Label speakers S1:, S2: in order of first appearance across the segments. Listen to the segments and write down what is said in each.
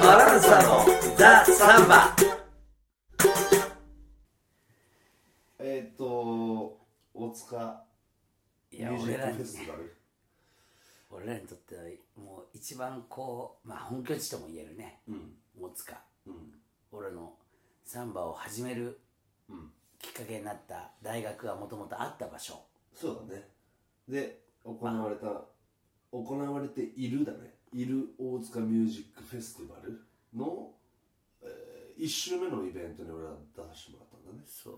S1: バランサのザ・サンバ
S2: えーっと、大塚
S1: い
S2: ミ
S1: や
S2: ュージ
S1: 俺
S2: ッ
S1: ら
S2: ク
S1: に
S2: フェスティバル。
S1: 俺らにとってはもう一番こうまあ本拠地とも言えるね
S2: うん、
S1: 大塚
S2: うん、
S1: 俺のサンバを始める
S2: うん。
S1: きっかけになった大学がもともとあった場所
S2: そうだね。で、行われた、行われているだね。いる大塚ミュージックフェスティバルの、え1周目のイベントに俺は出させてもらったんだね。
S1: そう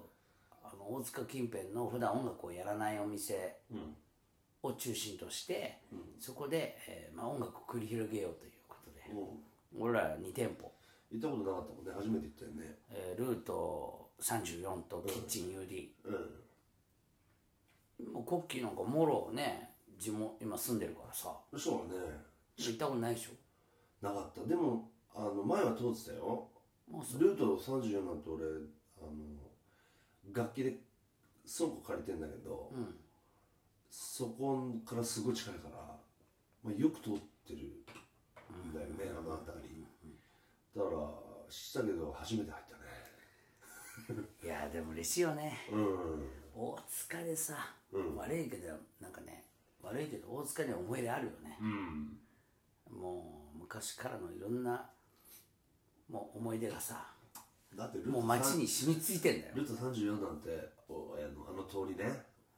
S1: あの大塚近辺の普段音楽をやらないお店
S2: うん。
S1: を中心として
S2: うん
S1: そこで、えーまあ、音楽を繰り広げようということで
S2: も
S1: 俺ら2店舗、
S2: う、行ったことなかったもんね。初めて行ったよね。
S1: えールート34とキッチン有利、
S2: うん。
S1: もうコッキーなんかもろね地元今住んでるからさ
S2: そうだね。
S1: 行ったことないでしょ
S2: なかった。でも、あの、前は通ってたよ。
S1: もうそう
S2: ルート34なんて俺あの楽器で倉庫借りてんだけど、
S1: うん
S2: そこからすごい近いから、まあ、よく通ってるんだよね、あの辺りだから知ったけど初めて入ったね
S1: いやでも嬉しいよね
S2: う
S1: 大塚でさ、
S2: うん
S1: 悪いけどなんかね悪いけど大塚には思い出あるよね、
S2: んうん
S1: もう昔からのいろんなもう思い出がさ
S2: だってルート
S1: もう街に染みついてんだよ
S2: ルート34なんておあのあの通りね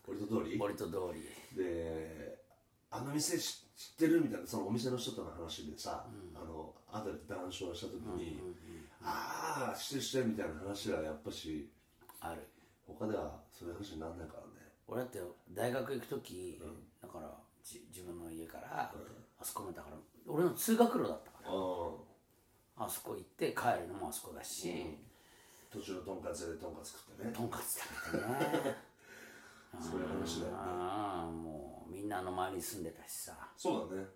S2: 俺と通り
S1: 俺と通り
S2: であの店知知ってるみたいなそのお店の人との話でさ、
S1: うん
S2: あの後で談笑した時に、
S1: うんうん
S2: ああしてしてみたいな話はやっぱし
S1: ある
S2: 他ではそういう話にならないからね
S1: 俺だって大学行く時、
S2: うん
S1: だからじ自分の家から、あそこまでだから俺の通学路だったから
S2: う
S1: あそこ行って帰るのもあそこだし、
S2: ん途中のとんかつでとんかつ食ってね
S1: とんかつ食べてね
S2: そういう話だよね
S1: ああもうみんなあの周りに住んでたしさ
S2: そうだね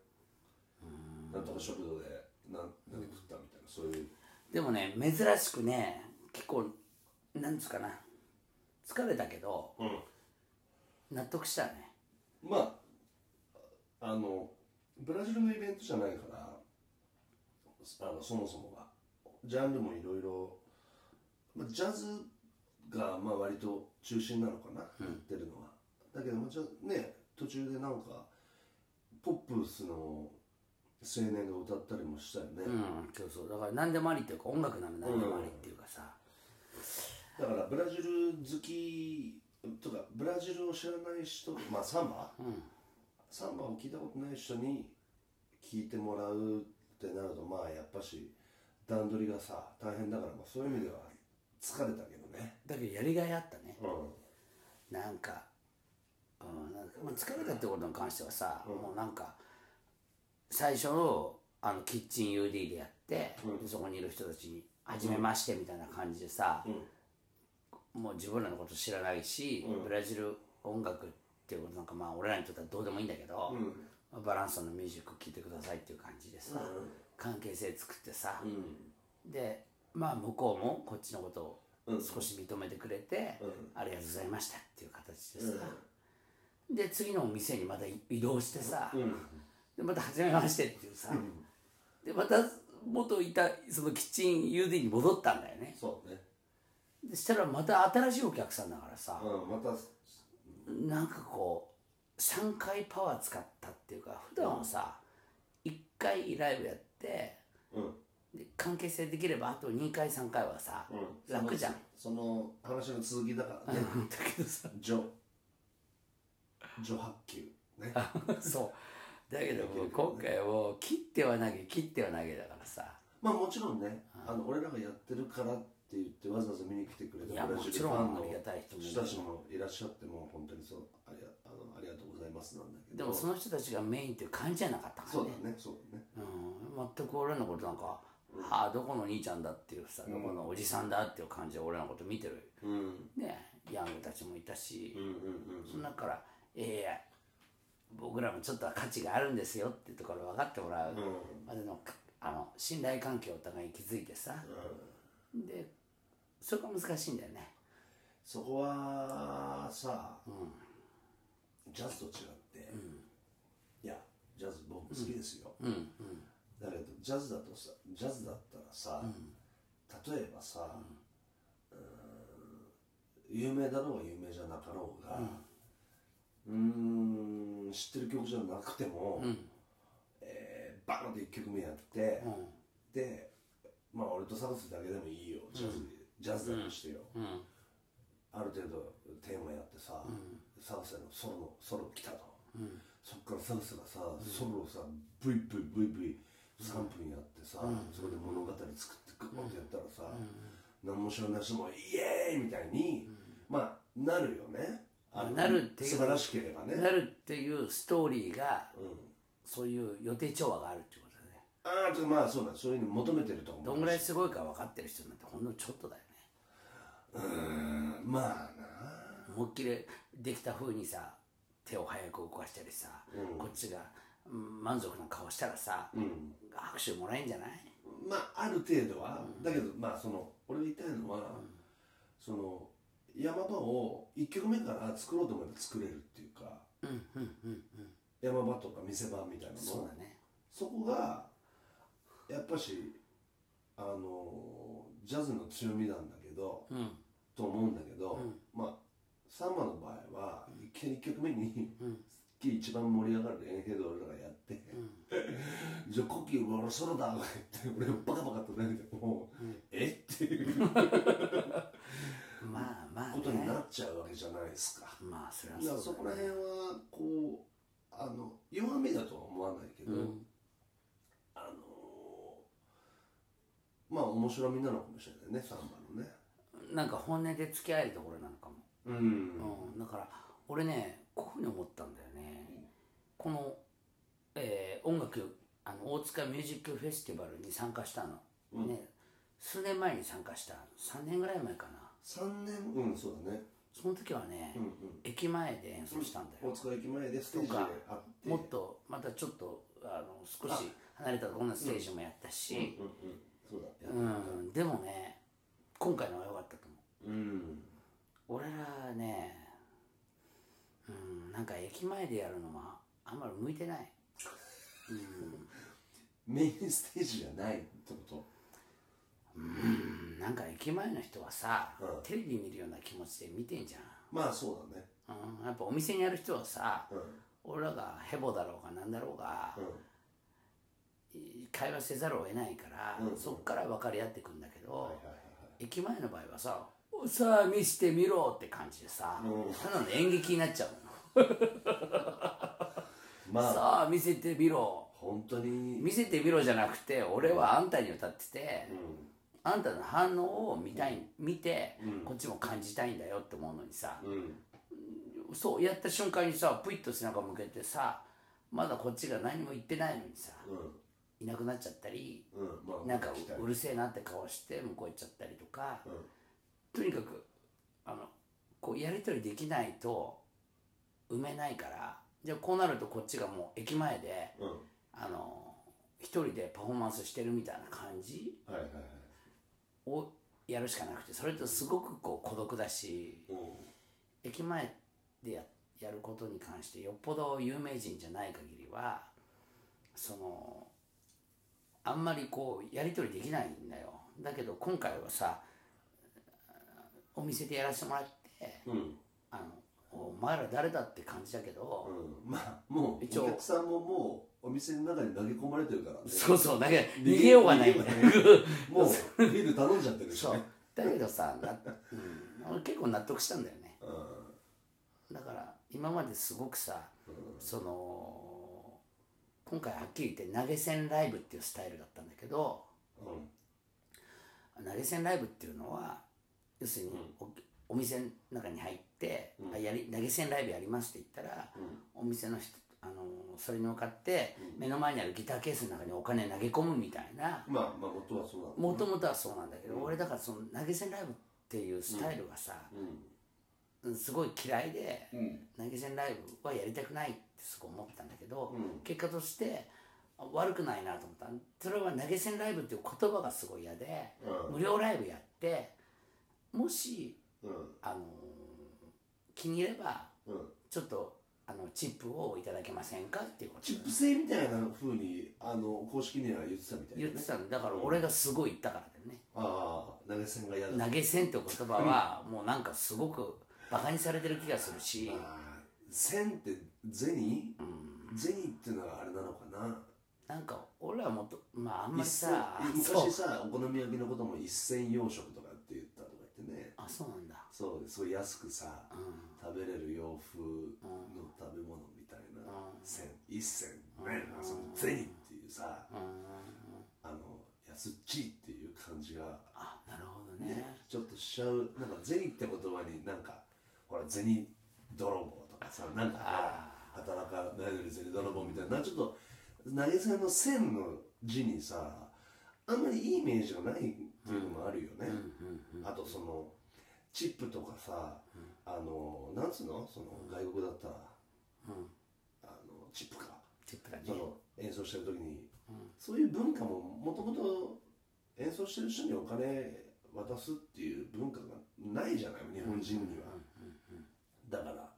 S2: なんとか食堂でなん何食ったみたいなそういう
S1: でもね珍しくね結構なんつうかな疲れたけど
S2: うん
S1: 納得したね
S2: まああのブラジルのイベントじゃないからあのそもそもがジャンルもいろいろまあジャズがまあ割と中心なのかな、やってるのはだけどもちろんね途中でなんかポップスの青年が歌ったりもしたよね、
S1: うんそうそうだから何でもありっていうか音楽なら何でもありっていうかさ、
S2: だからブラジル好きとかブラジルを知らない人まあサンバ、
S1: ん
S2: サンバを聞いたことない人に聞いてもらうってなるとまあやっぱし段取りがさ大変だから、まあ、そういう意味では疲れたけどね
S1: だけどやりがいあったね
S2: うん
S1: なんか,、うん、なんかまあ疲れたってことに関してはさ、
S2: うん
S1: もうなんか最初のあのキッチン UD でやって、
S2: うん
S1: でそこにいる人たちに「はじめまして」みたいな感じでさ、もう自分らのこと知らないし、
S2: うん
S1: ブラジル音楽っていうことなんかまあ俺らにとってはどうでもいいんだけど、
S2: うん
S1: まあバランスのミュージック聴いてくださいっていう感じでさ、関係性作ってさ、でまあ向こうもこっちのことを
S2: うんうん
S1: 少し認めてくれて、
S2: うん
S1: ありがとうございましたっていう形で
S2: う
S1: さ、
S2: ん
S1: で次のお店にまた移動してさ、
S2: うん
S1: でまた初めましてっていうさ、でまた元いたそのキッチン UD に戻ったんだよね
S2: そうね
S1: でしたらまた新しいお客さんだからさ、
S2: うんまた
S1: なんかこう3回パワー使ったっていうか普段はさ、1回ライブやって
S2: うん
S1: で関係性できればあと2回3回はさ、
S2: うん
S1: 楽じゃん
S2: そのその話の続きだからね
S1: だけどさ
S2: 序序発球ね
S1: そうだけどもう今回もう切っては投げ切っては投げだからさ
S2: まあもちろんね、あの俺らがやってるからって言ってわざわざ見に来てくれ
S1: い
S2: た
S1: や
S2: ブラ
S1: も
S2: ジル
S1: ち
S2: フ
S1: ろ
S2: ァン
S1: んあ
S2: の
S1: りがたい人もいる
S2: 人たちもいらっしゃってもう本当にそうありがあのありがとうございますなんだけど
S1: でもその人たちがメインっていう感じじゃなかったから
S2: そう
S1: ね
S2: だねそうだね
S1: うん、全く俺らのことなんか「はあどこの兄ちゃんだ」っていうさ、どこのおじさんだっていう感じで俺らのこと見てる
S2: うんうん
S1: ねヤングたちもいたし、
S2: うん
S1: その中から「いやいや僕らもちょっとは価値があるんですよ」っていうところ分かってもらう
S2: うんうん
S1: までの,、あの信頼関係をお互いに築いてさ、でそれが難しいんだよね
S2: そこはさ、ジャズと違って、いや好きですよ、
S1: うんうん
S2: だけどジャズだとさジャズだったらさ、例えばさ、うーん有名だろうが有名じゃなかろうがうーん知ってる曲じゃなくても、
S1: うん
S2: えーバーンって1曲目やって、
S1: うん
S2: でまあ俺とサブスだけでもいいよジャズ,、ジャズだとしてよ、
S1: うん
S2: ある程度テーマやってさ、サウスのソロのソロ来たと、そっからサウスがさ、ソロをさブイブイブイブイ3分やってさ、そこで物語作ってグーンってやったらさ、何も知らない人もイエーイみたいに、まあなるよねあの
S1: なるっていう
S2: 素晴らしければね
S1: なるっていうストーリーが
S2: うん、
S1: そういう予定調和があるっていうことだね
S2: ああとまあそうだそういうの求めてると思う
S1: どんぐらいすごいか分かってる人なんてほんのちょっとだよね
S2: うんまあな
S1: 思いっきりできた風にさ手を早く動かしたりさ、こっちがうん満足な顔したらさ、
S2: ん
S1: 拍手もらえんじゃない
S2: まあある程度は、だけどまあその俺が言いたいのは、その山場を1曲目から作ろうと思えば作れるっていうか
S1: うんうんうんうん
S2: 山場とか見せ場みたいなの
S1: そうだね
S2: そこがやっぱしあのジャズの強みなんだけど
S1: うん
S2: と思うんだけど、
S1: うん
S2: まあサンバの場合は1曲目に
S1: うん
S2: 一番盛り上がる演奏で俺らがやって、 じゃあコキ俺ソロだとか言って俺バカバカと投げてもう、えっていう
S1: うんまあまあ
S2: ことに
S1: ね
S2: なっちゃうわけじゃないですか。
S1: まあそれ
S2: だか
S1: は
S2: ら
S1: そ
S2: そうこ
S1: だ
S2: ら
S1: ね
S2: 辺はこうあの弱みだとは思わないけど、
S1: うん
S2: あのまあ面白みなのかもしれないねサンバのね。
S1: なんか本音で付き合えるところなのかも、
S2: うん
S1: うん、だから俺ねこういうふうに思ったんだよね、この、えー音楽あの大塚ミュージックフェスティバルに参加したの、ね数年前に参加した3年ぐらい前かな
S2: 3年うんそうだね
S1: その時はね、
S2: うんうん
S1: 駅前で演奏したんだよ、
S2: 大塚駅前でステージで会って
S1: もっとまたちょっとあの少し離れたところのステージもやったし、
S2: うんうんそうだ
S1: うんでもね今回のは良かったと思
S2: うん
S1: う俺らねうんなんか駅前でやるのはあんまり向いてない、
S2: メインステージじゃないってこ
S1: うん、なんか駅前の人はさ、
S2: うん
S1: テレビ見るような気持ちで見てんじ
S2: とまあそうだね
S1: ゃん、うん、やっぱお店にある人はさ、
S2: うん
S1: 俺らがヘボだろうがなんだろうが、
S2: う
S1: 会話せざるを得ないから、
S2: うん
S1: そっから分かり合ってくんだけど、
S2: んはいはい
S1: 駅前の場合はさ「さあ見してみろ」って感じでさ、
S2: うん
S1: ただの演劇になっちゃうの、
S2: はいまあ
S1: さあ見せてみろ
S2: 本当に
S1: 見せてみろじゃなくて俺はあんたに歌ってて、あんたの反応を見たい見て、
S2: うん
S1: こっちも感じたいんだよって思うのにさ、
S2: うんうん
S1: そうやった瞬間にさプイッと背中向けてさまだこっちが何も言ってないのにさいなくなっちゃったり
S2: うんうんまあ
S1: なんか
S2: 来たり
S1: うるせえなって顔して向こう行っちゃったりとか、
S2: うん
S1: とにかくあのこうやり取りできないと埋めないからじゃあこうなるとこっちがもう駅前で
S2: うん
S1: あの一人でパフォーマンスしてるみたいな感じ
S2: はいはいはい
S1: をやるしかなくてそれとすごくこう孤独だし
S2: う
S1: 駅前でややることに関してよっぽど有名人じゃない限りはそのあんまりこうやり取りできないんだよだけど今回はさお店でやらせてもらって
S2: んうん
S1: あのお前ら誰だって感じだけど、
S2: うんまあもう
S1: 一応
S2: お客さんももうお店の中に投げ込まれてるからね
S1: そうそうだけど逃げようがない
S2: 逃
S1: ん
S2: げ
S1: だよ
S2: ようがないもうビール頼んじゃってるし
S1: そ
S2: ね
S1: うだけどさな、うん、俺結構納得したんだよね
S2: うん
S1: だから今まですごくさその今回はっきり言って投げ銭ライブっていうスタイルだったんだけど
S2: うん
S1: 投げ銭ライブっていうのは要するにお,、お店の中に入って、
S2: うん
S1: あやり投げ銭ライブやりますって言ったら、お店の人あのそれに向かって
S2: うん
S1: 目の前にあるギターケースの中にお金投げ込むみたいな
S2: まあまあ元はそうなんだ
S1: もともとはそうなんだけど、
S2: うん
S1: 俺だからその投げ銭ライブっていうスタイルがさ、うんすごい嫌いで
S2: うんうん
S1: 投げ銭ライブはやりたくないってすごい思ったんだけど、
S2: うん
S1: 結果としてあ悪くないなと思ったそれは投げ銭ライブっていう言葉がすごい嫌で、
S2: うん
S1: 無料ライブやってもし、
S2: うん
S1: あのー気に入れば
S2: うん
S1: ちょっとあのチップをいただけませんかっていうこと
S2: チップ制みたいな風にあの公式には言ってたみたい
S1: 言
S2: な
S1: っ
S2: ね
S1: てたんだから俺がすごい言ったからだよね
S2: ああ投げ銭が嫌だ
S1: 投げ銭って言葉はもうなんかすごくバカにされてる気がするし
S2: あー銭って銭、銭っていうのはあれなのかな
S1: なんか俺はもっとまああんま
S2: 一
S1: り
S2: 銭
S1: さそう
S2: 昔さお好み焼きのことも一銭洋食とかって言ったとか言ってね
S1: あそうなんだ
S2: そうそう安くさ、
S1: うん
S2: 食べれる洋風の食べ物みたいな、
S1: うん
S2: 銭一銭ね、その銭っていうさ、
S1: うん
S2: あの安っちいっていう感じが
S1: あなるほど
S2: ね
S1: ね
S2: ちょっとしちゃうなんか銭って言葉になんかほら銭泥棒とかさなんか
S1: あ
S2: 働かないのに銭泥棒みたいななんかちょっと投げ銭の銭の字にさあんまりいいイメージがないっていうのもあるよね、
S1: うんうん
S2: あとそのチップとかさ、あのなんつうのその外国だったら
S1: うんうん
S2: あのチップか
S1: チップだね
S2: その演奏してる時に、
S1: うん
S2: そういう文化ももともと演奏してる人にお金渡すっていう文化がないじゃない日本人には、だから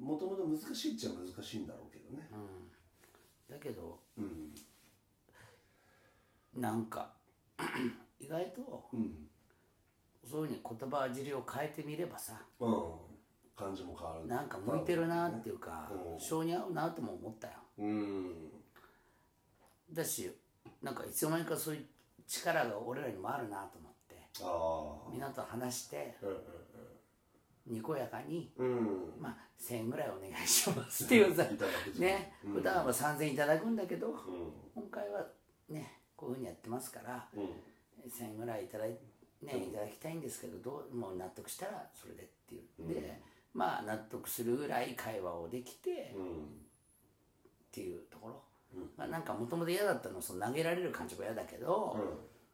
S2: もともと難しいっちゃ難しいんだろうけどね
S1: うんだけど
S2: うん
S1: なんか意外と
S2: うん
S1: そういうふうに言葉尻を変えてみればさ
S2: うん感じも変わる
S1: なんか向いてるなっていうか
S2: うん
S1: 性に合うなとも思ったよ
S2: うん
S1: だしなんかいつの間にかそういう力が俺らにもあるなと思って
S2: ああ
S1: みんなと話して
S2: うん
S1: にこやかに
S2: うんうん
S1: まあ1000円ぐらいお願いしますっていうさ
S2: いただくじゃん
S1: ね
S2: うん
S1: 普段は3000円いただくんだけど
S2: う
S1: 今回はねこういうふうにやってますから
S2: んうん
S1: 1000円ぐらいいただい,、ね、いただきたいんですけどどうもう納得したらそれでっていうで、まあ納得するぐらい会話をできて
S2: うん
S1: っていうところ、
S2: うん
S1: まあ、なんかもともと嫌だったのはその投げられる感じも嫌だけど、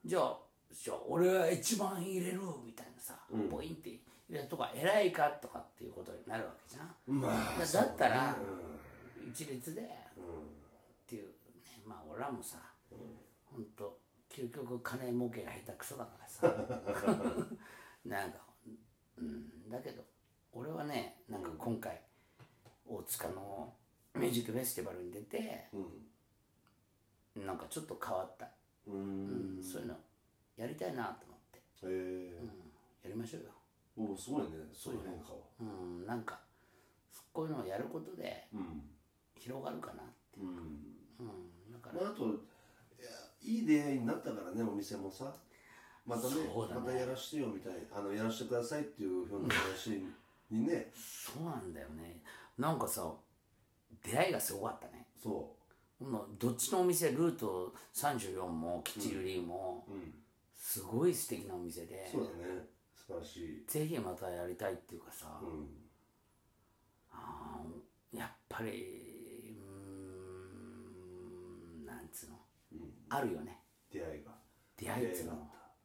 S2: う
S1: じゃあじゃあ俺は一番入れるみたいなさ、
S2: うん
S1: ポインって入れたとか偉いかとかっていうことになるわけじゃん
S2: んまあ
S1: だ
S2: そうね
S1: だったら
S2: う
S1: 一律でっ
S2: んうん
S1: ていう、ね、まあ俺らもさ、ほんと究極金儲けが下手くそだからさなんかうんだけど俺はねなんか今回大塚のミュージックフェスティバルに出て
S2: う
S1: なんかちょっと変わった、
S2: ん、うん
S1: うんそういうのやりたいなと思って、
S2: へえ
S1: うん、やりましょうよ
S2: おすごいねそういう変化は
S1: うんなんかこういうのをやることで
S2: うん
S1: 広がるかな
S2: うん
S1: うんだから
S2: まああといやいい出会いになったからねお店もさまたね
S1: そうだね
S2: またやらしてよみたいあのやらしてくださいっていうふうな話にね
S1: そうなんだよねなんかさ出会いがすごかったね
S2: そ
S1: もうどっちのお店ルート34も吉売りも、
S2: ううん
S1: すごい素敵なお店で
S2: そうだね素晴らしい
S1: ぜひまたやりたいっていうかさ、
S2: うん
S1: あーやっぱりうーんなんつうの
S2: うん
S1: あるよね
S2: 出会いが
S1: 出会いっつうの
S2: 出会いがあっ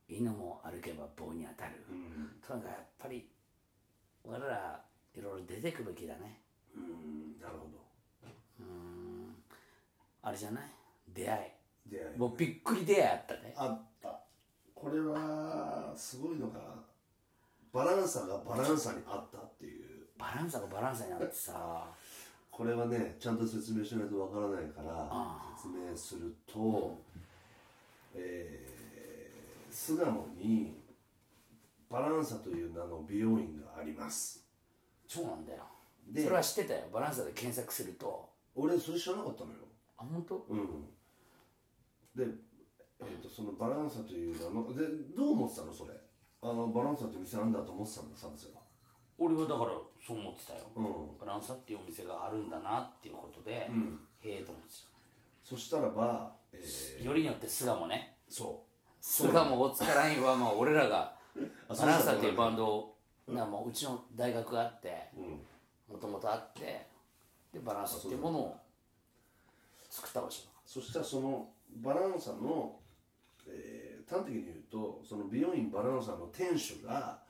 S1: 犬も歩けば棒に当たる、
S2: うん
S1: となんかやっぱり我らいろいろ出てくべきだね
S2: うんなるほど
S1: うーんあれじゃない出会
S2: 出会い
S1: いもうびっくり出会いあったね
S2: あったこれはすごいのがバランサがバランサにあったっていう
S1: バランサがバランサになってさ
S2: これはねちゃんと説明しないとわからないから
S1: あ
S2: 説明すると、えー、巣鴨にバランサという名の美容院があります
S1: そうなんだよ
S2: で
S1: それは知ってたよバランサで検索すると
S2: 俺それ知らなかったのよ
S1: あ本当
S2: うんで、えー、とそのバランサという名のでどう思ってたのそれあのバランサって店なんだと思ってたんだサムスが
S1: 俺はだからそう思ってたよ、
S2: うん
S1: バランサっていうお店があるんだなっていうことで、
S2: ん
S1: へえと思って
S2: そしたらば、えー
S1: たよりによって巣鴨ね
S2: そう
S1: 巣鴨大塚ラインはまあ俺らが
S2: あ
S1: バランサっていうバンドをなもううちの大学があって
S2: うん
S1: もともとあってでバランサっていうものを作った場所
S2: そしたらそのバランサの、えー、端的に言うとその美容院バランサの店主が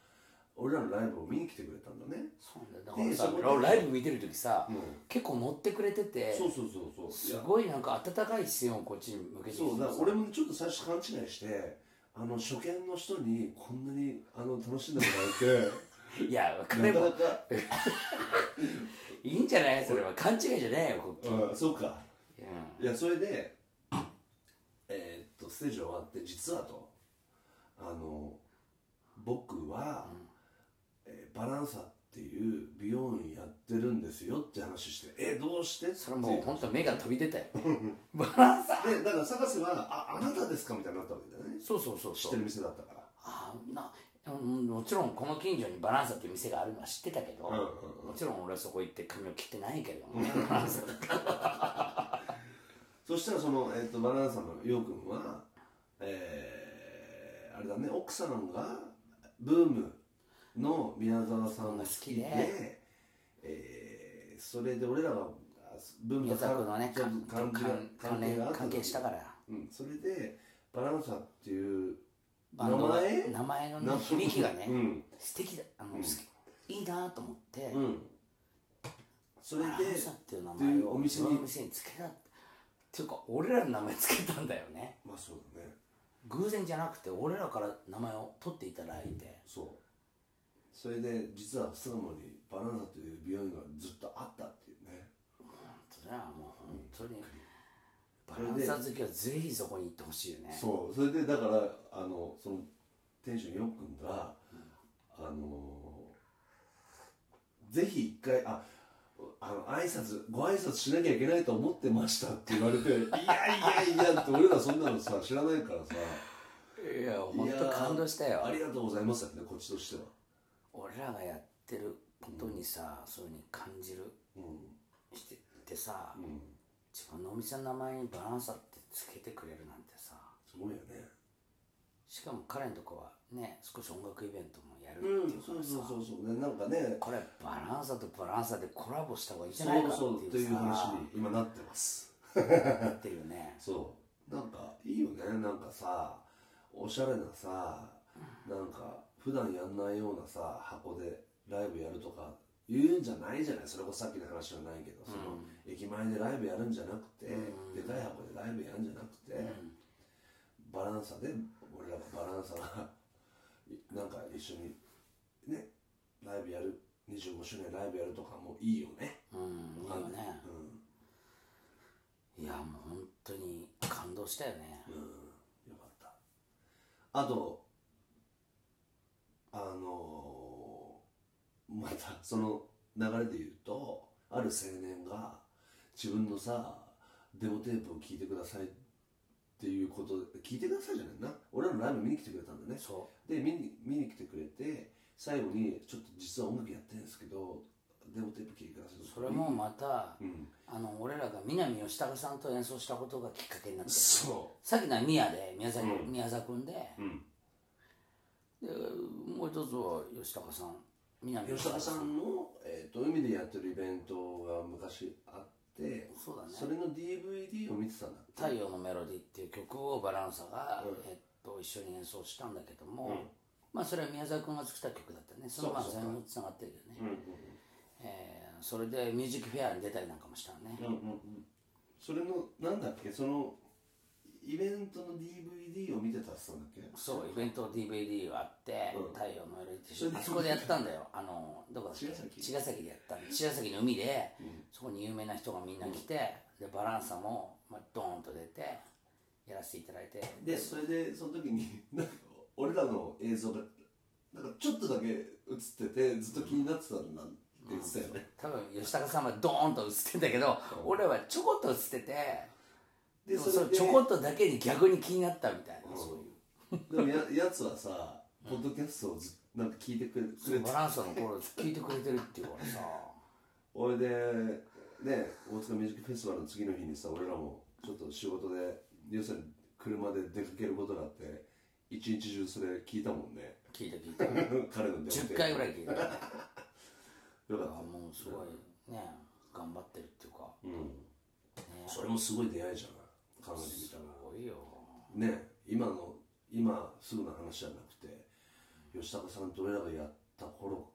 S2: 俺らのライブを見に来てくれたんだね、
S1: そうなんだよだか
S2: で
S1: ら
S2: そこ
S1: さ
S2: で
S1: ライブ見てる時さ、
S2: うん
S1: 結構乗ってくれてて
S2: そうそうそうそうい
S1: す
S2: や
S1: ごいなんか温かい視線をこっちに向けてきて
S2: そうだから俺もちょっと最初勘違いしてあの初見の人にこんなにあの楽しんでもらえて
S1: いや
S2: な
S1: 彼
S2: か
S1: も
S2: なか、
S1: いいんじゃないそれは勘違いじゃねえよ国旗、
S2: うん、そうか
S1: うん
S2: いやそれでえーっとステージ終わって実はとあの僕は、えーバランサっていう美容院やってるんですよって話してえどうして
S1: それもう
S2: って
S1: 本当目が飛び出たよねバランサ
S2: でだから探せはああなたですかみたいになったわけだよね
S1: そうそうそう
S2: 知
S1: そ
S2: っ
S1: う
S2: てる店だったか
S1: あなうんもちろんこの近所にバランサっていう店があるのは知ってたけど、
S2: らうんうんう
S1: も
S2: ん
S1: ちろん俺はそこ行って髪を切ってないけどもねバランサだから
S2: そしたらその、えーっとバランサのようくんはえーあれだね奥さんがブームの宮沢さんが好
S1: 好き
S2: きで
S1: で
S2: えーそれで俺らがブーム
S1: 宮
S2: と
S1: 沢君のね
S2: 関
S1: 関関関連
S2: があった
S1: 関係したから
S2: うん、それでバランサっていう
S1: バ
S2: 名
S1: ンドが
S2: 前
S1: 名前のね
S2: な
S1: 響きがね、
S2: うん
S1: 素敵だあの、
S2: うん
S1: 好きいいなと思って、
S2: うん、それで
S1: バランサっていう名前を
S2: お店に
S1: その店につけたっていうか俺らの名前つけたんだよね
S2: まあそうだね
S1: 偶然じゃなくて俺らから名前を取っていただいて
S2: そうそれで実は巣鴨にバランサという美容院がずっとあったっていうね
S1: それはもう本当にバランサ好きはぜひそこに行ってほしいよね
S2: そうそれでだからあのその店主のよっくんが、あのぜひ一回ああの挨拶ご挨拶しなきゃいけないと思ってましたって言わ れていやいやいやって俺らそんなのさ知らないからさ
S1: いや本当感動したよ
S2: ありがとうございますだけどねこっちとしては
S1: 俺らがやってることにさ、そういうふうに感じる
S2: うん
S1: しててさ、
S2: うん
S1: 自分のお店の名前にバランサってつけてくれるなんてさ
S2: すごいよね
S1: しかも彼のとこはね少し音楽イベントもやる
S2: う
S1: っ
S2: ん
S1: ていうか
S2: そう
S1: らさ、
S2: そうそうそうねなんかね
S1: これバランサとバランサでコラボした方がいいんじゃない
S2: そ
S1: か
S2: う
S1: って
S2: そうとい
S1: いう
S2: う話
S1: さ
S2: に今なってます
S1: なってるよね
S2: そうなんかいいよねなんかさおしゃれなさなんか普段やんないようなさ箱でライブやるとか言うんじゃないじゃないそれこそさっきの話じゃないけど、その駅前でライブやるんじゃなくて、
S1: うん
S2: でかい箱でライブやるんじゃなくて、バランサで俺らがバランサがなんか一緒にねライブやる25周年ライブやるとかもいいよね
S1: うんいいよねいやもう本当に感動したよね
S2: うん、よかったあとあのーまたその流れで言うとある青年が自分のさデモテープを聞いてくださいっていうことで聞いてくださいじゃないな俺らのライブ見に来てくれたんだね
S1: そ
S2: で見に見に来てくれて最後に「ちょっと実は音楽やってるんですけどデモテープ聞いてください」
S1: うそれもまた
S2: うん
S1: あの俺らが南義孝さんと演奏したことがきっかけになって
S2: そ
S1: さっきのは宮で宮崎、
S2: うん
S1: 宮沢君で
S2: う、うん、
S1: でもう一つは吉高さん南
S2: 吉
S1: 高
S2: 高さんの、えー、と海でやってるイベントが昔あって
S1: そうだね
S2: それの DVD を見てたんだ
S1: 「
S2: って
S1: 太陽のメロディ」っていう曲をバランサが、
S2: うん
S1: えっと、一緒に演奏したんだけども、
S2: うん
S1: まあそれは宮沢君が作った曲だったねそのまあ
S2: そうかそう
S1: 全
S2: か
S1: 部つながってるよね、
S2: うんうん
S1: えーそれでミュージックフェアに出たりなんかもしたのね、
S2: うんうんうんそれのなんだっけそのイベントの DVD を見てたって言ってたんだっけ
S1: そうイベント DVD があって
S2: う
S1: 「
S2: ん
S1: 太陽のメロディ」って
S2: それで
S1: あそこでやったんだよあのどこだっけ
S2: 茅ヶ崎
S1: 茅ヶ崎でやったの茅ヶ崎の海で
S2: うん
S1: そこに有名な人がみんな来て、でバランサも、まあ、ドーンと出てやらせていただいて
S2: でそれでその時に なんか俺らの映像がなんかちょっとだけ映っててずっと気になってたんだって言ってたよね、
S1: 多分吉高さんはドーンと映ってんだけど、
S2: うん
S1: 俺はちょこっと映っててで
S2: で
S1: も
S2: そ
S1: そ
S2: れ
S1: の
S2: で
S1: ちょこっとだけに逆に気になったみたいな、
S2: うん
S1: そういう
S2: でもややつはさポッドキャストをずっなんか聞いてくれくれて
S1: バランスの頃聞いてくれてるっていうからさ
S2: 俺でね大塚ミュージックフェスティバルの次の日にさ俺らもちょっと仕事で要するに車で出かけることがあって一日中それ聞いたもんね
S1: 聞いた聞いた
S2: 彼の電話で
S1: 10回ぐらい聞いたあ
S2: よかった
S1: もうすごいね頑張ってるっていうか
S2: うん
S1: ね
S2: それもすごい出会いじゃない彼女み
S1: す
S2: たい
S1: ごいよ
S2: なね今の今すぐの話じゃなくて吉高さんと俺らがやった頃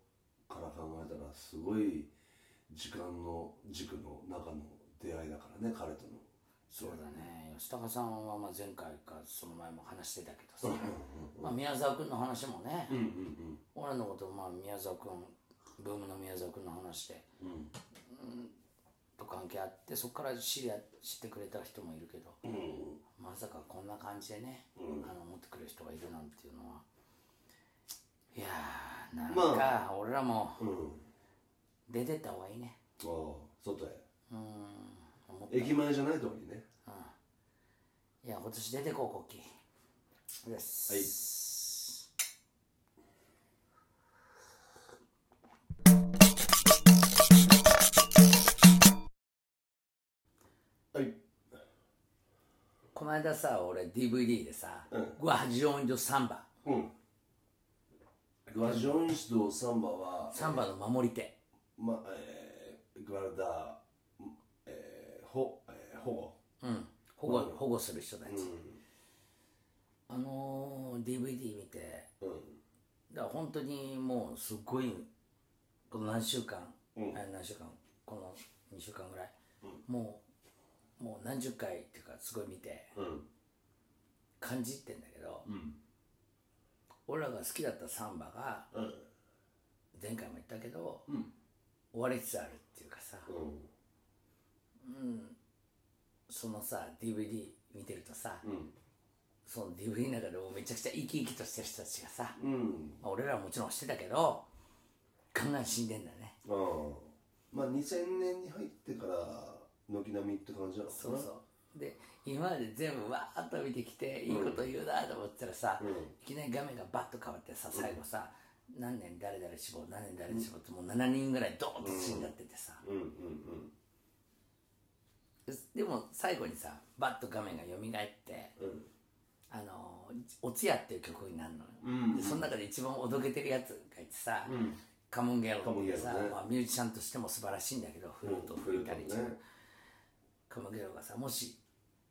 S2: から考えたらすごい時間の軸の中の出会いだからね彼との
S1: そうだね吉高さんはまあ前回かその前も話してたけどさ、まあ、宮沢君の話もね、
S2: うんうん
S1: 俺のことまあ宮沢君ブームの宮沢君の話で
S2: うんうん
S1: と関係あってそこから知り合い知ってくれた人もいるけど
S2: うん
S1: まさかこんな感じでね、
S2: うん
S1: あの持ってくる人がいるなんていうのはいやーなんか俺らも
S2: うん
S1: 出てった方がいいね
S2: ああ外へ
S1: うん思った
S2: 駅前じゃないとこにね
S1: いや今年出てこう国旗です
S2: はい
S1: この間さ俺 DVD でさ「
S2: うん
S1: グアジョンジョサンバ」
S2: うんグアジョンシドサンバは
S1: サンバの守り手
S2: まえー、グアルダえー、ほ、えー、保護
S1: うん保護保護する人たち、
S2: う
S1: あのー DVD 見て
S2: ん
S1: だから本当にもうすっごいこの何週間、
S2: うん
S1: あ何週間この2週間ぐらい、もうもう何十回っていうかすごい見て
S2: うん
S1: 感じてんだけど、
S2: ん
S1: 俺らが好きだったサンバが
S2: うん
S1: 前回も言ったけど、
S2: うん
S1: 終わりつつあるっていうかさ、
S2: うん
S1: そのさ DVD 見てるとさ、
S2: ん
S1: その DVD の中でもめちゃくちゃ生き生きとしてる人たちがさ、
S2: うん
S1: まあ俺らはもちろんしてたけどガンガン死んでんだね
S2: ああまあ2000年に入ってから軒並みって感じなのかな
S1: そうそうで今まで全部わーっと見てきていいこと言うなと思ったらさ、
S2: ん
S1: いきなり画面がバッと変わってさ最後さ、何年誰々死亡何年誰々死亡ってもう7人ぐらいドーンと死んじゃっててさ、
S2: うんうんうん
S1: でも最後にさバッと画面が蘇って
S2: うん
S1: あのおつやっていう曲になるのよ、
S2: うん
S1: でその中で一番おどけてるやつがいてさ、
S2: ん
S1: カモンゲロっていうさ
S2: カモンゲロね
S1: まあ、ミュージシャンとしても素晴らしいんだけどフルートを吹いたり
S2: うん
S1: 一
S2: ね
S1: 番カモンゲロがさもし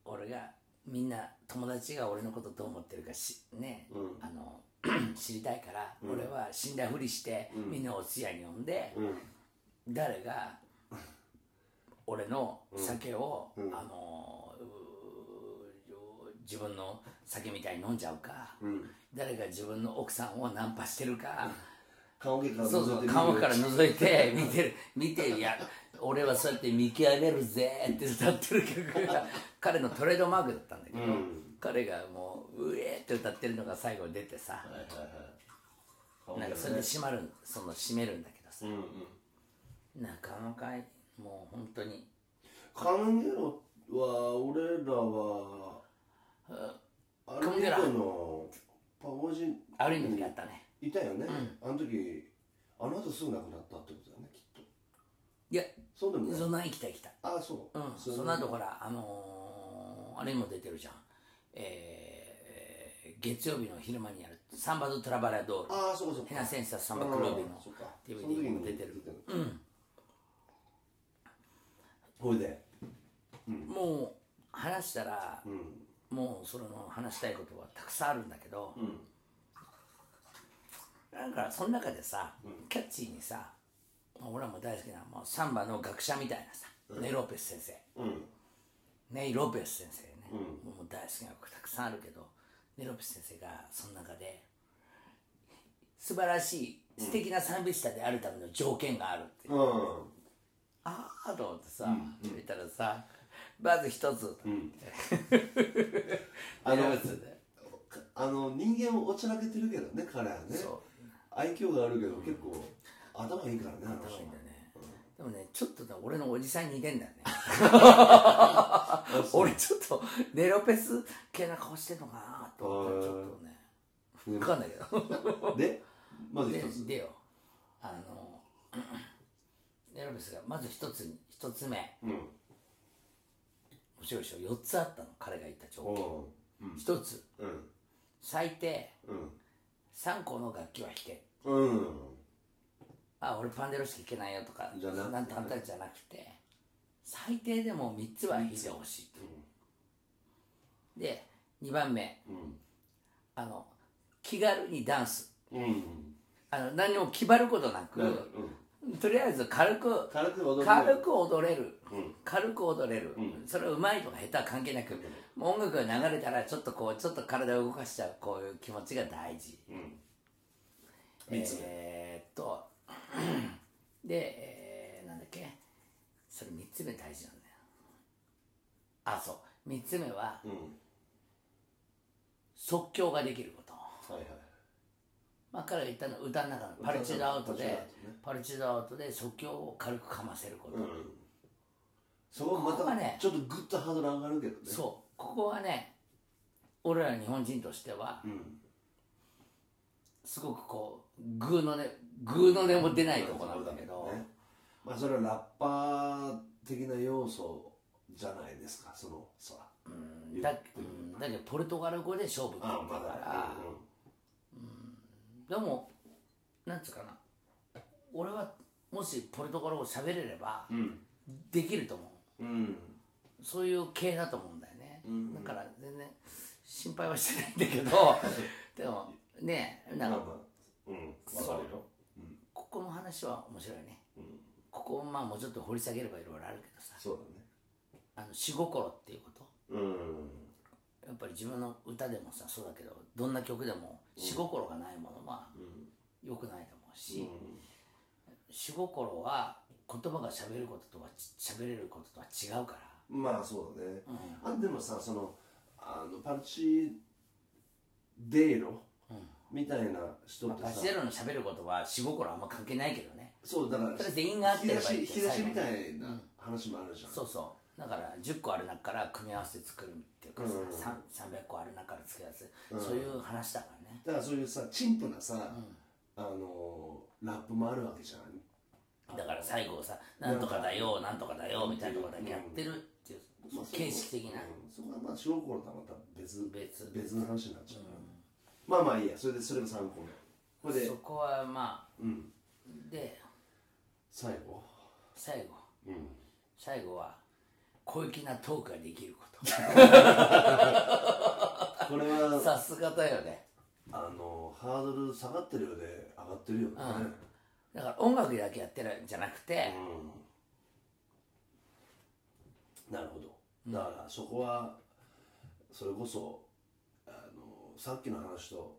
S1: 俺がみんな友達が俺のことどう思ってるかしね、
S2: うん
S1: あの 知りたいから、俺は死んだふりして、みんなをお通夜に呼んで、
S2: うん
S1: 誰 が俺の酒を、
S2: うん
S1: あのうー自分の酒みたいに飲んじゃうか、
S2: うん
S1: 誰が自分の奥さんをナンパしてるか、
S2: 顔毛から
S1: そうそう顔から覗いて見てる見ていや俺はそうやって見極めるぜって歌ってる曲が彼のトレードマークだったんだけど、
S2: うん
S1: 彼がもう「うえ」って歌ってるのが最後出てさ
S2: はいはいはい顔毛
S1: な
S2: が
S1: ん
S2: ね
S1: かそれで閉まるその閉めるんだけどさ
S2: うんうん
S1: なかなかもう本当に
S2: カモンゲロは俺らはあ
S1: カモンゲロ
S2: あれ以降のパゴジン
S1: ある意味でやったね
S2: いたよね、あの時あの後すぐ亡くなったってことだよねきっと
S1: いや
S2: そうでもない
S1: そんな生きた生きた
S2: ああそう、
S1: うん
S2: それ
S1: その後ほらあのーあれにも出てるじゃんえー月曜日の昼間にやる「サンバ・ド・トラバラドール」
S2: ああそうかそう
S1: ヘ
S2: か
S1: ナ・センサス・サンバ・クロービの
S2: あーそっか
S1: DVD にも出てる
S2: その時にほいで
S1: もう話したら
S2: うん
S1: もうその話したいことはたくさんあるんだけど、
S2: うん
S1: なんかその中でさ、キャッチーにさ、まあ、俺らも大好きなもうサンバの学者みたいなさ、ネイ・ロペス先生
S2: うん
S1: ネイ・ロペス先生ね、もう大好きな曲たくさんあるけどネイ・ロペス先生がその中で素晴らしい素敵な賛美者であるための条件があるって、
S2: うん
S1: ああと思ってさ、見たらさまず一つ、 ネ
S2: あ
S1: イ
S2: の
S1: ロペス先生
S2: あの人間をおちゃらけてるけどね彼はね
S1: そ
S2: 愛嬌があるけど結構頭いいからねあの
S1: 頭いい
S2: 人
S1: んだよねでもねちょっとね俺のおじさんに似てんだよね俺ちょっとネロペス系な顔してんのかなと思ったらちょっとね分かんないけど
S2: でまず一
S1: で
S2: つ
S1: でよあのネロペスがまず一つに一つ目
S2: うん
S1: 面白いでしょ4つあったの彼が言った
S2: う
S1: 条件
S2: ん
S1: 一つ
S2: うん
S1: 最低
S2: うん
S1: 3個の楽器は弾け
S2: うん
S1: あ俺パンデロしか弾けないよとか
S2: じゃなくて
S1: んてあんたりじゃなくて最低でも3つは弾いてほしいと、で2番目
S2: うん
S1: あの気軽にダンス
S2: うん
S1: あの何も気張ることなく、
S2: うん
S1: とりあえず軽く
S2: 軽く踊る
S1: 軽く踊れる、
S2: うん
S1: 軽く踊れる、それはうまいとか下手は関係なく、もう音楽が流れたらちょっとこうちょっと体を動かしちゃうこういう気持ちが大事、
S2: 三つ目
S1: えーっと で、えーなんだっけそれ3つ目大事なんだよあそう3つ目は
S2: うん
S1: 即興ができること
S2: はいはい
S1: まあ彼が言ったのは歌の中のパルチザアウト
S2: パルチザ
S1: で
S2: アウトね
S1: パルチザアウトで即興を軽くかませること、
S2: うんそこま
S1: ここが
S2: た
S1: ね
S2: ちょっとグッとハードル上がるけどね
S1: そうここはね俺ら日本人としては
S2: ん
S1: すごくこうグーの音グーの音も出ないとこなんだけ
S2: そ
S1: ど
S2: うねまあそれはラッパー的な要素じゃないですかそのさ
S1: うんだうんだけどポルトガル語で勝負って言
S2: あ
S1: う
S2: ま
S1: から
S2: だうん
S1: でもなんつうかな俺はもしポルトガル語喋れれば
S2: うん
S1: できると思う
S2: うん
S1: そういう系だと思うんだよね、
S2: うん
S1: だから全然心配はしてないんだけ どでもね
S2: ま
S1: な
S2: あ
S1: ん
S2: ま
S1: か
S2: あうんわかるよ
S1: ここの話は面白いね
S2: うん
S1: ここをまあもうちょっと掘り下げればいろいろあるけどさ
S2: そう
S1: あの死心っていうこと
S2: だねうん
S1: やっぱり自分の歌でもさそうだけどどんな曲でも死心がないものは
S2: うん
S1: 良くないと思うし、
S2: うん
S1: 死心は言葉が喋ることとはち喋れることとは違うから
S2: まあそうだね
S1: うん
S2: あでもさそのあのパルチデーロみたいな人
S1: ま
S2: って
S1: あ、バ
S2: さ
S1: チェロの喋ることは死心あんま関係ないけどね
S2: そうだから
S1: とりあえず全員が合ってればいい
S2: 引き出し引き出しみたい
S1: 最後
S2: な話もあるじゃん
S1: そうそうだから10個ある中から組み合わせて作るっていうかさ、
S2: うん
S1: さん300個ある中から作るやつ、
S2: うん
S1: そういう話だからね
S2: だからそういうさ陳腐なさ
S1: ん
S2: あのラップもあるわけじゃん
S1: だから最後さ「なんとかだよなんとかだよ」みたいなとこだけやってるっていう、
S2: まあそこ
S1: 形式的な、
S2: うんそこはまあ小学校のとはまた別
S1: 別
S2: 別の話になっちゃうからまあまあいいやそれでそれが3個目これで
S1: そこはまあ
S2: うん
S1: で
S2: 最後
S1: 最後
S2: うん
S1: 最後は小粋なトークができること
S2: これは
S1: さすがだよね
S2: あのハードル下がってるようで上がってるよね
S1: だから音楽だけやってるんじゃなくて、
S2: うんなるほどだからそこはそれこそあのさっきの話と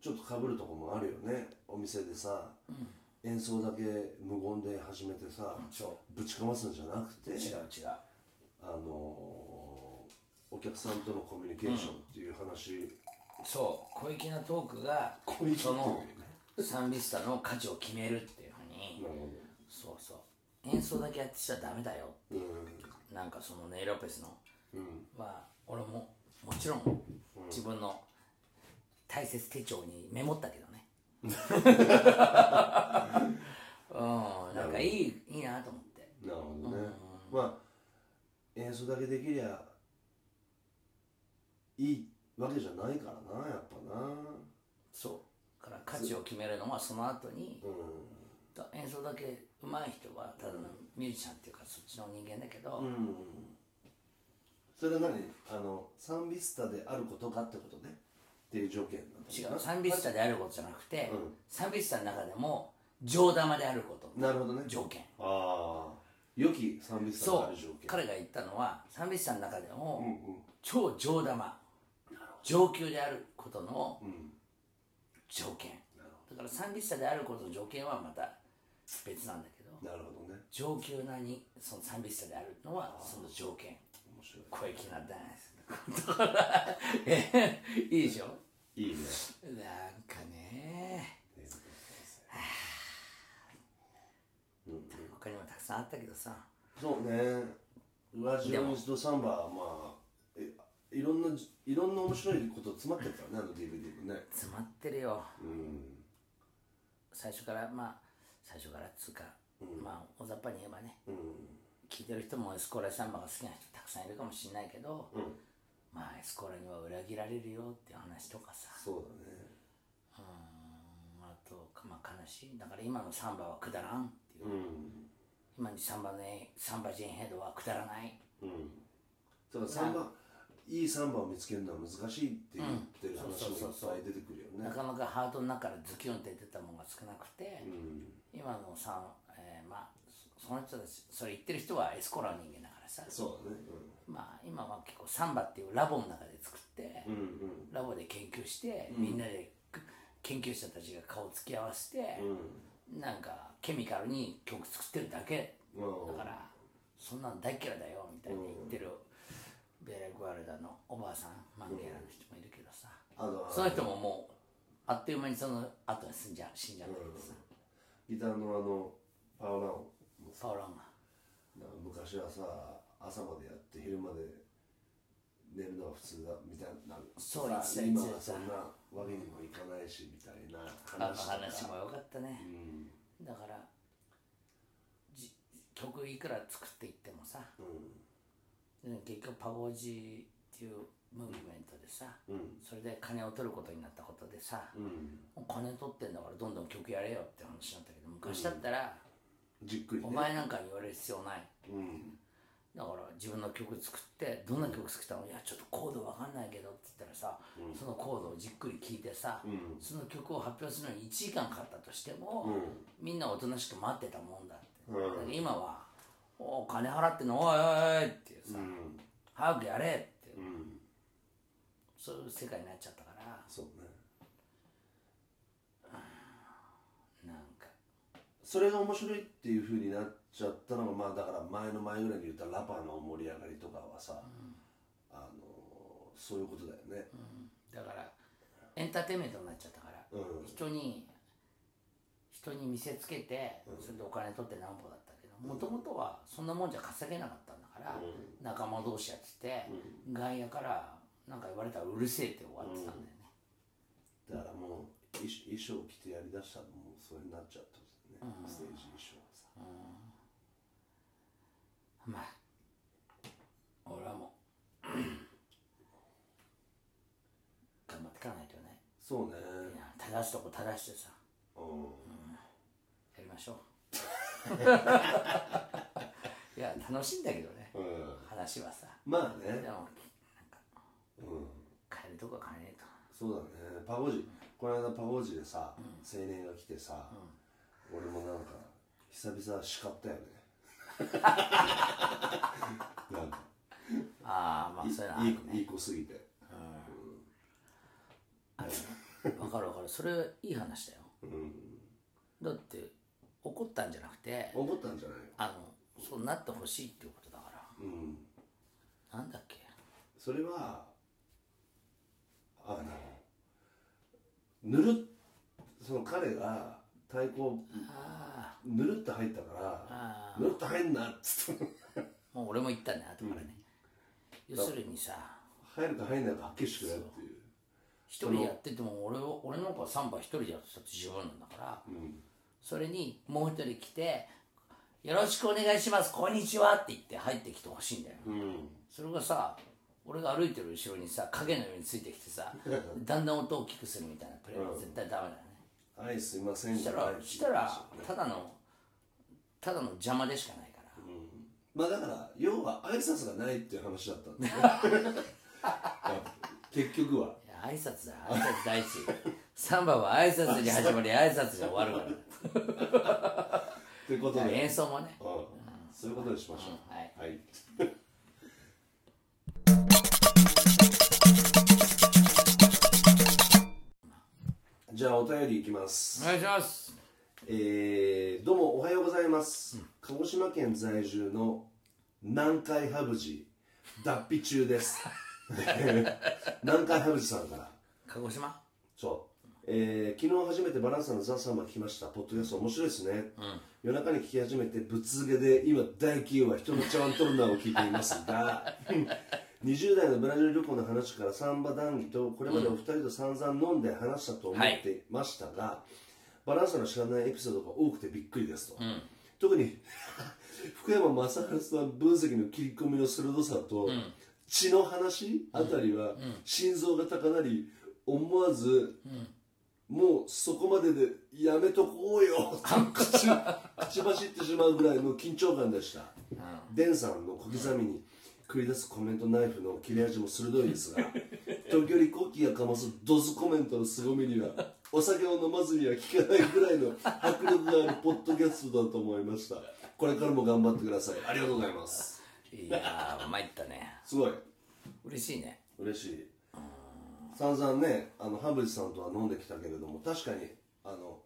S2: ちょっとかぶるとこもあるよねお店でさ、演奏だけ無言で始めてさ、
S1: そ
S2: ぶちかますんじゃなくて
S1: う違う違う
S2: あのお客さんとのコミュニケーションっていう話、
S1: そう小粋なトークが
S2: 小粋
S1: そ
S2: なトーク
S1: の
S2: ね
S1: サンビスタの価値を決めるっていうふうに、
S2: なるほ
S1: そうそう演奏だけやってちゃダメだよ
S2: ど
S1: なんかそのネイ・ロペスの
S2: うんうん
S1: は俺ももちろん自分の大切手帳にメモったけど ねうんなんかいいいいなと思って
S2: なるほどね、まあ演奏だけできりゃいいわけじゃないからなやっぱな
S1: そうだから価値を決めるのはその後に
S2: う
S1: だ演奏だけ上手い人はただのミュージシャンっていうかそっちの人間だけど、
S2: ん、うん、それは何あのサンビスタであることかってことねっていう条件なんだ
S1: 違うサンビスタであることじゃなくて、
S2: うん
S1: サンビスタの中でも上玉であること
S2: なるほどね
S1: 条件
S2: ああ良きサンビスタであ
S1: そ
S2: る条
S1: う
S2: 件
S1: 彼が言ったのはサンビスタの中でも、
S2: うんうん
S1: 超上玉上級であることの
S2: うん
S1: 条件
S2: なる
S1: だから三立者であることの条件はまた別なんだけど
S2: ほどなるほどね
S1: 上級なにその三立者であるのはその条件
S2: 面白
S1: 小粋なダンスのことだ えいいでしょ
S2: いいいね
S1: なんかね他にもたくさんあったけどさ
S2: そうね。ラジオミスとサンバはまあえいろんないろんな面白いこと詰まってるからねあの DVD もね。
S1: 詰まってるよ
S2: うん。
S1: 最初からまあ最初からっつうか、まあ大雑把に言えばね
S2: うん。
S1: 聞いてる人もエスコーラサンバが好きな人たくさんいるかもしれないけど、
S2: うん。
S1: まあエスコーラには裏切られるよっていう話とかさ
S2: そうだね。
S1: うーんあとかまあ悲しいだから今のサンバはくだらんっていう
S2: うん。
S1: 今のサンバねサンバジェンヘッドはくだらない
S2: うん。だからサンバいいサンバを見つけるのは難しいって言って
S1: う
S2: る
S1: ん
S2: 話
S1: そう
S2: もい
S1: そうそうそう
S2: っぱい出てくるよ
S1: な
S2: ね
S1: かなかハートの中からズキュンって出たものが少なくて、
S2: うん
S1: 今のさ、えーまあそその人たちそれ言ってる人はエスコラの人間だからさ
S2: そうだね
S1: まあ今は結構サンバっていうラボの中で作って、
S2: うんうん
S1: ラボで研究して、
S2: うん
S1: みんなでく研究者たちが顔を突き合わせて、
S2: うん
S1: なんかケミカルに曲作ってるだけ
S2: うん
S1: だから、そんなん大嫌いだよみたいに言ってる、ベレグアルダのおばあさんマンゲラの人もいるけどさ、
S2: あの
S1: その人ももうあっという間にその後に死んじゃう死んじゃうんだけどさ、
S2: ギターのあのパワーラン
S1: パオランが
S2: なんか昔はさ朝までやって昼まで寝るのが普通だみたいな
S1: そう
S2: さ
S1: 言ってた言
S2: 今
S1: っ
S2: は
S1: てた
S2: そんなわけにもいかないしみたいな
S1: あの
S2: 話とか
S1: 話もよかったね
S2: う、ん
S1: だからじ曲いくら作っていってもさ
S2: う
S1: で結局パゴジーっていうムーブメントでさ
S2: んうん
S1: それで金を取ることになったことでさ、
S2: うん
S1: もう金取ってんだからどんどん曲やれよって話なんだけど昔だったら、
S2: じっくりね
S1: お前なんかに言われる必要ない
S2: うん
S1: だから自分の曲作ってどんな曲作ったのいやちょっとコードわかんないけどって言ったらさ、
S2: うん
S1: そのコードをじっくり聴いてさ、
S2: うん
S1: その曲を発表するのに1時間かかったとしても、
S2: うん
S1: みんなおとなしく待ってたもんだって、
S2: うん
S1: だから今は「おお金払ってんのおいおいおい」っていう
S2: う
S1: さ、
S2: ん
S1: 早くやれって
S2: うん
S1: そういう世界になっちゃったから
S2: そうね
S1: なんか
S2: それが面白いっていう風になっちゃったのがまあだから前の前ぐらいに言ったラパーの盛り上がりとかはさ、あのそういうことだよね
S1: だからエンターテインメントになっちゃったから、
S2: うん
S1: 人に人に見せつけてそれでお金取ってなんぼだったけどもともとはそんなもんじゃ稼げなかったんだから、
S2: う
S1: 仲間同士やってて、外野からなんか言われたらうるせえって終わってたんだよね、
S2: だからもう衣衣装着てやりだしたらもうそれになっちゃったんですね、ステージ衣装
S1: ま
S2: がさ、
S1: あ俺はもう 頑張っていかないとね
S2: そうね
S1: いや正すとこ正してさ
S2: うん、
S1: やりまし ょういや楽しいんだけどね
S2: うん、
S1: 話はさ
S2: まあ
S1: で
S2: ね
S1: も
S2: うん
S1: 帰るとこは帰れねえと
S2: そうだねパゴジこの間パゴジでさ、青年が来てさ、俺もなんか久々叱っ たよねなんか
S1: ああまあそういうのあ
S2: い
S1: る
S2: い子いい子すぎて
S1: ね分かる分かるそれいい話だよ
S2: うん
S1: だって怒ったんじゃなくて
S2: 怒ったんじゃないよ
S1: あのそうなってほしいっていうことだか
S2: うん
S1: らなんだっけ
S2: それはあのぬるっその彼が太鼓
S1: あ
S2: ぬるっと入ったから
S1: あ
S2: ぬるっと入んなっつって
S1: もう俺も言ったね後からね、要するにさ
S2: 入るか入んないかはっきりしてくれっていう
S1: 一人でやってても俺を俺の子はサンバ一人でやってたって十分なんだから
S2: うん
S1: それにもう一人来て「よろしくお願いしますこんにちは」って言って入ってきてほしいんだよ
S2: うん
S1: それがさ俺が歩いてる後ろにさ影のようについてきて さだんだん音を大きくするみたいなプレーは絶対ダメだよね、
S2: はいすいません
S1: そした
S2: じゃな
S1: ら
S2: いって
S1: そ
S2: いう
S1: したらただのただの邪魔でしかないから、
S2: まあだから要は挨拶がないっていう話 だったんだよ 結局はい
S1: や挨拶だ挨拶 大事サンバは挨拶に始まり挨拶で終わるから
S2: ということ
S1: だから
S2: で、
S1: 演奏もね
S2: うん、そういうことにしましょう、
S1: うんはい
S2: はい じゃあお便りいきます
S1: お願いします
S2: えー、どうもおはようございます、鹿児島県在住の南海ハブジ脱皮中です南海ハブジさんから
S1: 鹿児島
S2: そう、えー昨日初めてバランサのザ・サンバ聞きましたポッドキャスト面白いですね、夜中に聞き始めてぶつけで今第9話人の茶碗取るなを聞いていますが 20代のブラジル旅行の話からサンバ談義とこれまでお二人と散々飲んで話したと思ってましたが、バランサの知らないエピソードが多くてびっくりですと、特に福山雅治さん分析の切り込みの鋭さと、血の話あたりは心臓が高鳴り思わず、もうそこまででやめとこうよと口口走ってしまうぐらいの緊張感でした、デンさんの小刻みに繰り出すコメントナイフの切れ味も鋭いですが時折コッキーがかますドズコメントの凄みにはお酒を飲まずには聞かないぐらいの 迫力があるポッドキャストだと思いましたこれからも頑張ってくださいありがとうございます
S1: いやー参ったね
S2: すごい
S1: 嬉しいね
S2: 嬉しい散々ねあのハブジさんとは飲んできたけれども確かにあの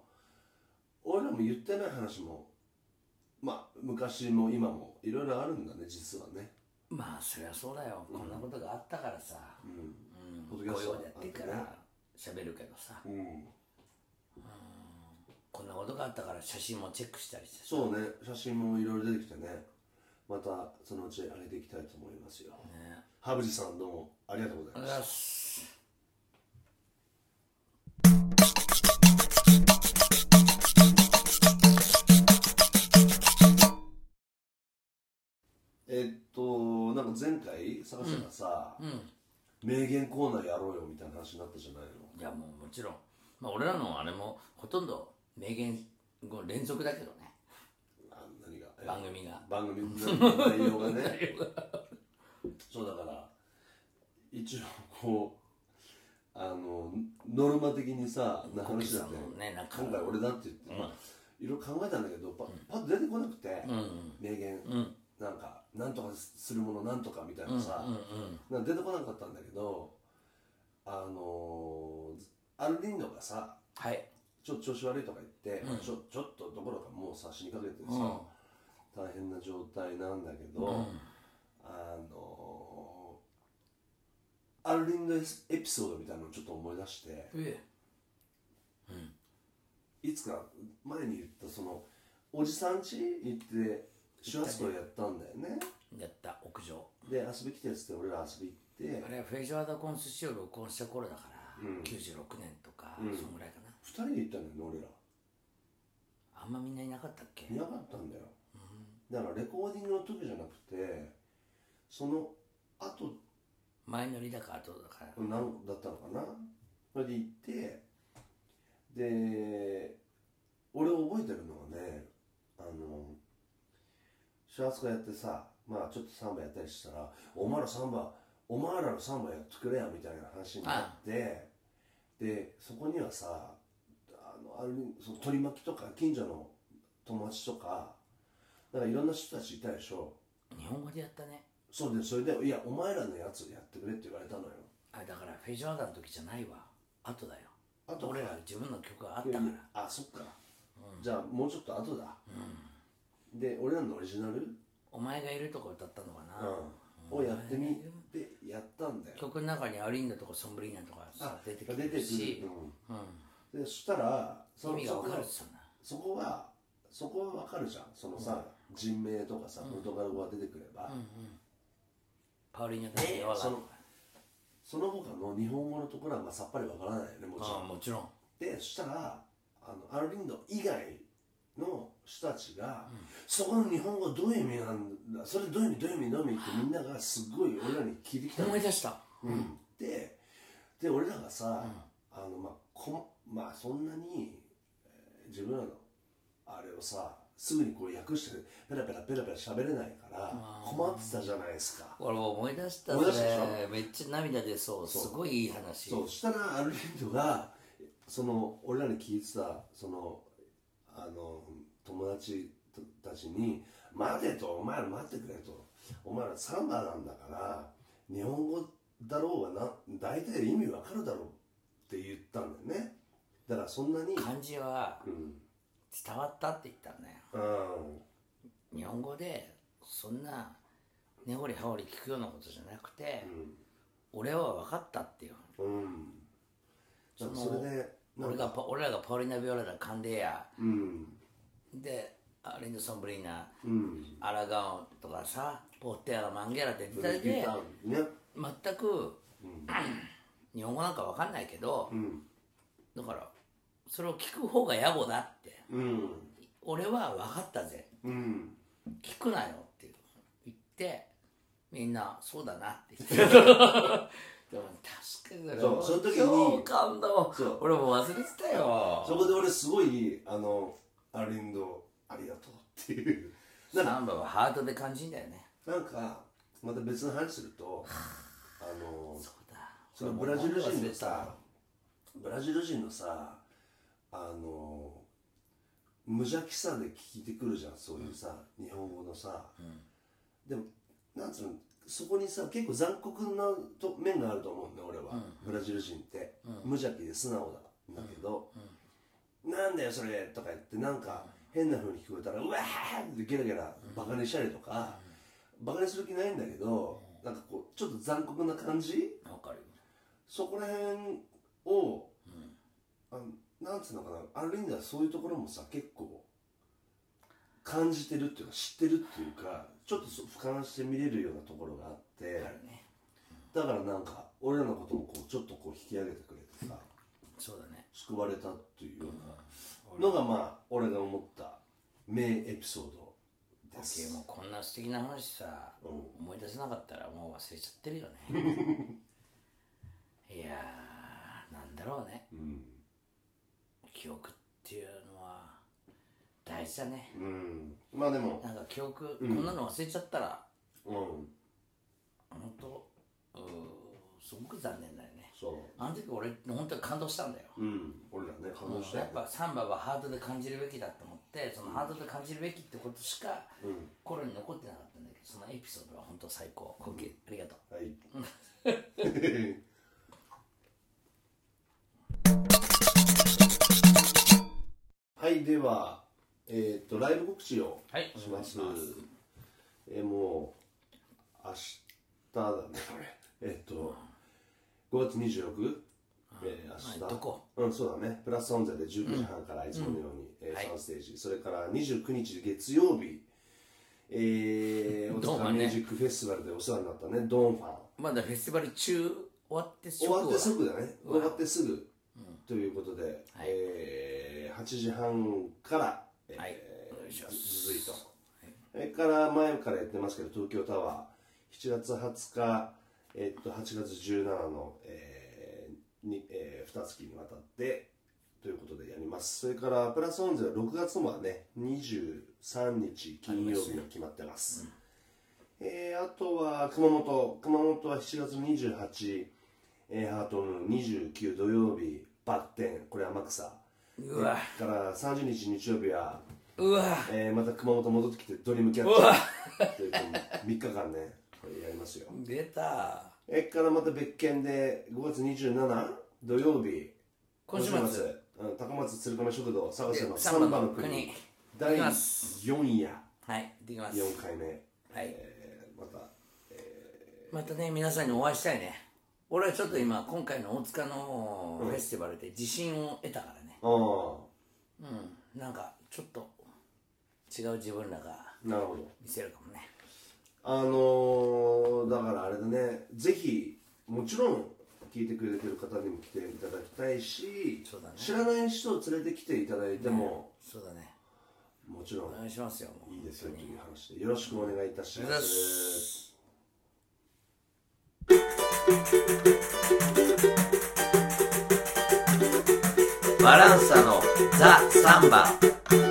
S2: 俺らも言ってない話もまあ昔も今もいろいろあるんだね実はね
S1: まあそりゃそうだよ、こんなことがあったからさ、
S2: う
S1: う
S2: ポ
S1: ん、雇
S2: ッドキャスト
S1: 用でやってっか
S2: あっ
S1: ら喋るけどさ
S2: ん、うん、
S1: こんなことがあったから写真もチェックしたりしてさ
S2: そうね写真もいろいろ出てきてねまたそのうち上げていきたいと思いますよ
S1: ね
S2: ハブジさんどうもありがとうござ
S1: あ
S2: い
S1: り
S2: ま
S1: がとうござい
S2: し
S1: ます
S2: たえっとなんか前回サカシがさ、
S1: うん
S2: 名言コーナーやろうよみたいな話になったじゃないの
S1: いやもうもちろんまあ俺らのあれもほとんど名言の連続だけどね
S2: あ何がえ
S1: 番組が
S2: 番組の内容が ねそうだから一応こうあのノルマ的にさな
S1: 小木
S2: 話だ
S1: さ
S2: っ
S1: ん
S2: て
S1: もねなんか
S2: 今回俺だって言って、
S1: うん
S2: まあいろいろ考えたんだけどパパッと出てこなくて、
S1: うん
S2: 名言
S1: うんうん
S2: なんかなんとかするものなんとかみたい
S1: うんう
S2: なんさ、なんか出てこなかったんだけどあのアルディンドがさ
S1: はい
S2: ちょっと調子悪いとか言って、
S1: うん
S2: ちょちょっとどころかもうさ死にかけてさ、
S1: うん
S2: 大変な状態なんだけど、
S1: うん
S2: あのー、アルリンのエピソードみたいなのをちょっと思い出して
S1: ええ
S2: いつか前に言ったそのおじさん家行って手話とやったんだよね
S1: うんやった屋上
S2: で遊び来てっつって俺ら遊び行って
S1: あれはフェイジョアダコン寿司を録音した頃だから、
S2: うん
S1: 96年とか、
S2: うん
S1: そんぐらいかな
S2: 2人で行ったんだよね
S1: あんまみんないなかったっけ
S2: 俺らいなかったんだよだからレコーディングの時じゃなくてその後
S1: 前乗りだか後だから、
S2: なんだったのかなそれで行ってで俺覚えてるのはねあの幸せがやってさまあちょっとサンバやったりしたら「お前らサンバお前らのサンバやってくれや」みたいな話になってでそこにはさあのあるその取り巻きとか近所の友達とかなんかいろんな人たちいたでしょ
S1: 日本語でやったね
S2: そうでそれで「いやお前らのやつやってくれ」って言われたのよ
S1: あだからフェイジョアダの時じゃないわ後だよ
S2: あと
S1: 俺ら自分の曲があったから、
S2: あそっか、じゃあもうちょっと後だ、で俺らのオリジナル、うん
S1: お前がいるとこ歌ったのかな、
S2: をやってみてやったんだよ
S1: 曲の中にアリンダとかソンブリーナとかさ
S2: あ
S1: 出て
S2: 出
S1: き
S2: て
S1: て
S2: くる
S1: るし、う
S2: うん、でそしたらそ
S1: ん、意味が
S2: そこ
S1: 分かる
S2: は
S1: って言って
S2: そこはそこはわかるじゃんそのさ、人名とかさポルトガル語が出てくれば、
S1: たんだ、うんうん、パウリーニャとかヨアダとか
S2: その他の日本語のところはまあさっぱりわからないよねもちろ
S1: ああ
S2: ん
S1: もちろん
S2: でそしたらあのアルリンド以外の人たちが、そこの日本語どういう意味なんだそれどういう意味どういう意味どういう意味ってみんながすっごい俺らに聞いてきたの
S1: 思い出した
S2: うん、でで俺らがさ、あのまあこまあそんなに、えー自分らのあれをさすぐにこう訳してペラペラペラペラ喋れないから困ってたじゃないですか
S1: 俺も思い出した
S2: 思い出したでし
S1: ねめっちゃ涙出そうすごいいい話
S2: そうしたらアルリンドがその俺らに聞いてたそのあの友達たちに「待て」と「お前ら待ってくれ」と「お前らサンバなんだから日本語だろうがな大体意味わかるだろう」って言ったんだよねだからそんなに
S1: 漢字は
S2: うん、
S1: 伝わったって言ったね
S2: うん、
S1: 日本語でそんな根掘り葉掘り聞くようなことじゃなくて、俺は分かったっていう
S2: うんだから
S1: そ
S2: そ
S1: の
S2: れでなん
S1: 俺
S2: か
S1: がパ俺らがパオリナ・ビオラだカンデーヤ
S2: うん
S1: であリンドソン・ブリーナ
S2: うん
S1: アラガオンとかさポーテアラマンゲラって出たり
S2: 聞い
S1: で
S2: たね
S1: 全く、日本語なんか分かんないけど
S2: う、ん
S1: だからそれを聞く方が野暮だって
S2: うん
S1: 俺は分かったぜ
S2: うん
S1: 聞くなよって言ってみんなそうだなって言って でも確かに
S2: そうその時に
S1: 共感だもん
S2: そう
S1: 俺もう忘れてたよ
S2: そこで俺すごいあのアリンドありがとうっていうなんか
S1: ナンバーはハートで感じんだよね
S2: なんかまた別の話するとあの
S1: そうだ
S2: そのブラジル人のさブラジル人のさあの無邪気さで聞いてくるじゃんそういうさ、日本語のさ、でもなんつうのそこにさ結構残酷なと面があると思うんだ俺は、ブラジル人って、無邪気で素直だんだけど、なんだよそれとか言ってなんか変な風に聞こえたらうわーってゲラゲラバカにしたりとか、バカにする気ないんだけど、なんかこうちょっと残酷な感じ、
S1: わかるよ
S2: そこら辺を、あのなんつうのかなある意味ではそういうところもさ結構感じてるっていうか知ってるっていうかちょっとそう俯瞰して見れるようなところがあって
S1: あるね
S2: だからなんか俺らのこともこうちょっとこう引き上げてくれてさ
S1: そうだね
S2: 救われたっていうようなのがまあ俺が思った名エピソードです
S1: OK もうこんな素敵な話さ、
S2: う
S1: 思い出せなかったらもう忘れちゃってるよね いやーなんだろうね
S2: うん
S1: 記憶っていうのは大事だね
S2: うんまあでも
S1: なんか記憶、こんなの忘れちゃったら
S2: うん
S1: 本当うーすごく残念だよね
S2: そ
S1: あの時俺本当に感動したんだよ
S2: ううん俺らね感動した
S1: や
S2: よ
S1: っぱサンバはハードで感じるべきだと思ってそのハードで感じるべきってことしか
S2: うん
S1: 心に残ってなかったんだけどそのエピソードは本当最高コッキーありがとう
S2: はい はい、では、えっ、と、ライブ告知を
S1: はい
S2: します。
S1: お願いします
S2: えーもう、明日だね、これ。えっ、と、5月26、えー、明
S1: はい
S2: 日。
S1: どこ
S2: うん、そうだね。プラスオンゼで19時半からいつものように、え
S1: はい
S2: ー、3ステージ。それから29日月曜日、えー、大
S1: ドンファ
S2: 阪
S1: ンね
S2: ミュージックフェスティバルでお世話になったね、ドンファン。
S1: まだフェスティバル中終わってす
S2: 終
S1: ぐ
S2: わってすぐだね終わってすぐ
S1: ん
S2: ということで、
S1: はい
S2: えー8時半から、えー
S1: はいお願いします
S2: ずずいと、それから前からやってますけど東京タワー7月20日、えっと8月17の、えーにえー、2月にわたってということでやりますそれからプラスオンズは6月もはね23日金曜日が決まってます、えーあとは熊本熊本は7月28日、えーハートの29土曜日バッテンこれ天草
S1: うわ
S2: から30日日曜日は、
S1: うわ
S2: えーまた熊本戻ってきてドリームキャッ
S1: う
S2: チ
S1: わ
S2: ャーということで3日間ねこれやりますよ
S1: 出た
S2: えーからまた別件で5月27土曜日
S1: 今週末
S2: 今うん、高松鶴亀食堂探せの
S1: で
S2: サンバの
S1: サンバの
S2: 国
S1: 国
S2: 第
S1: 行きま
S2: 4夜
S1: はいできます
S2: 4回目、
S1: はい
S2: えーまた
S1: またね皆さんにお会いしたいね俺はちょっと今今回の大塚のフェスティバルで自信を得たからね
S2: ああ
S1: うんなんかちょっと違う自分らが
S2: なるほど
S1: 見せるかもね
S2: あのー、だからあれだねぜひもちろん聞いてくれてる方にも来ていただきたいし、
S1: そうだね
S2: 知らない人を連れてきていただいても、
S1: そうだね
S2: もちろ
S1: お
S2: ん
S1: 願いしますよもう
S2: いいですよという話でよろしくお願いいたし
S1: あり
S2: ま。
S1: がとうございますすバランサのザ・サンバ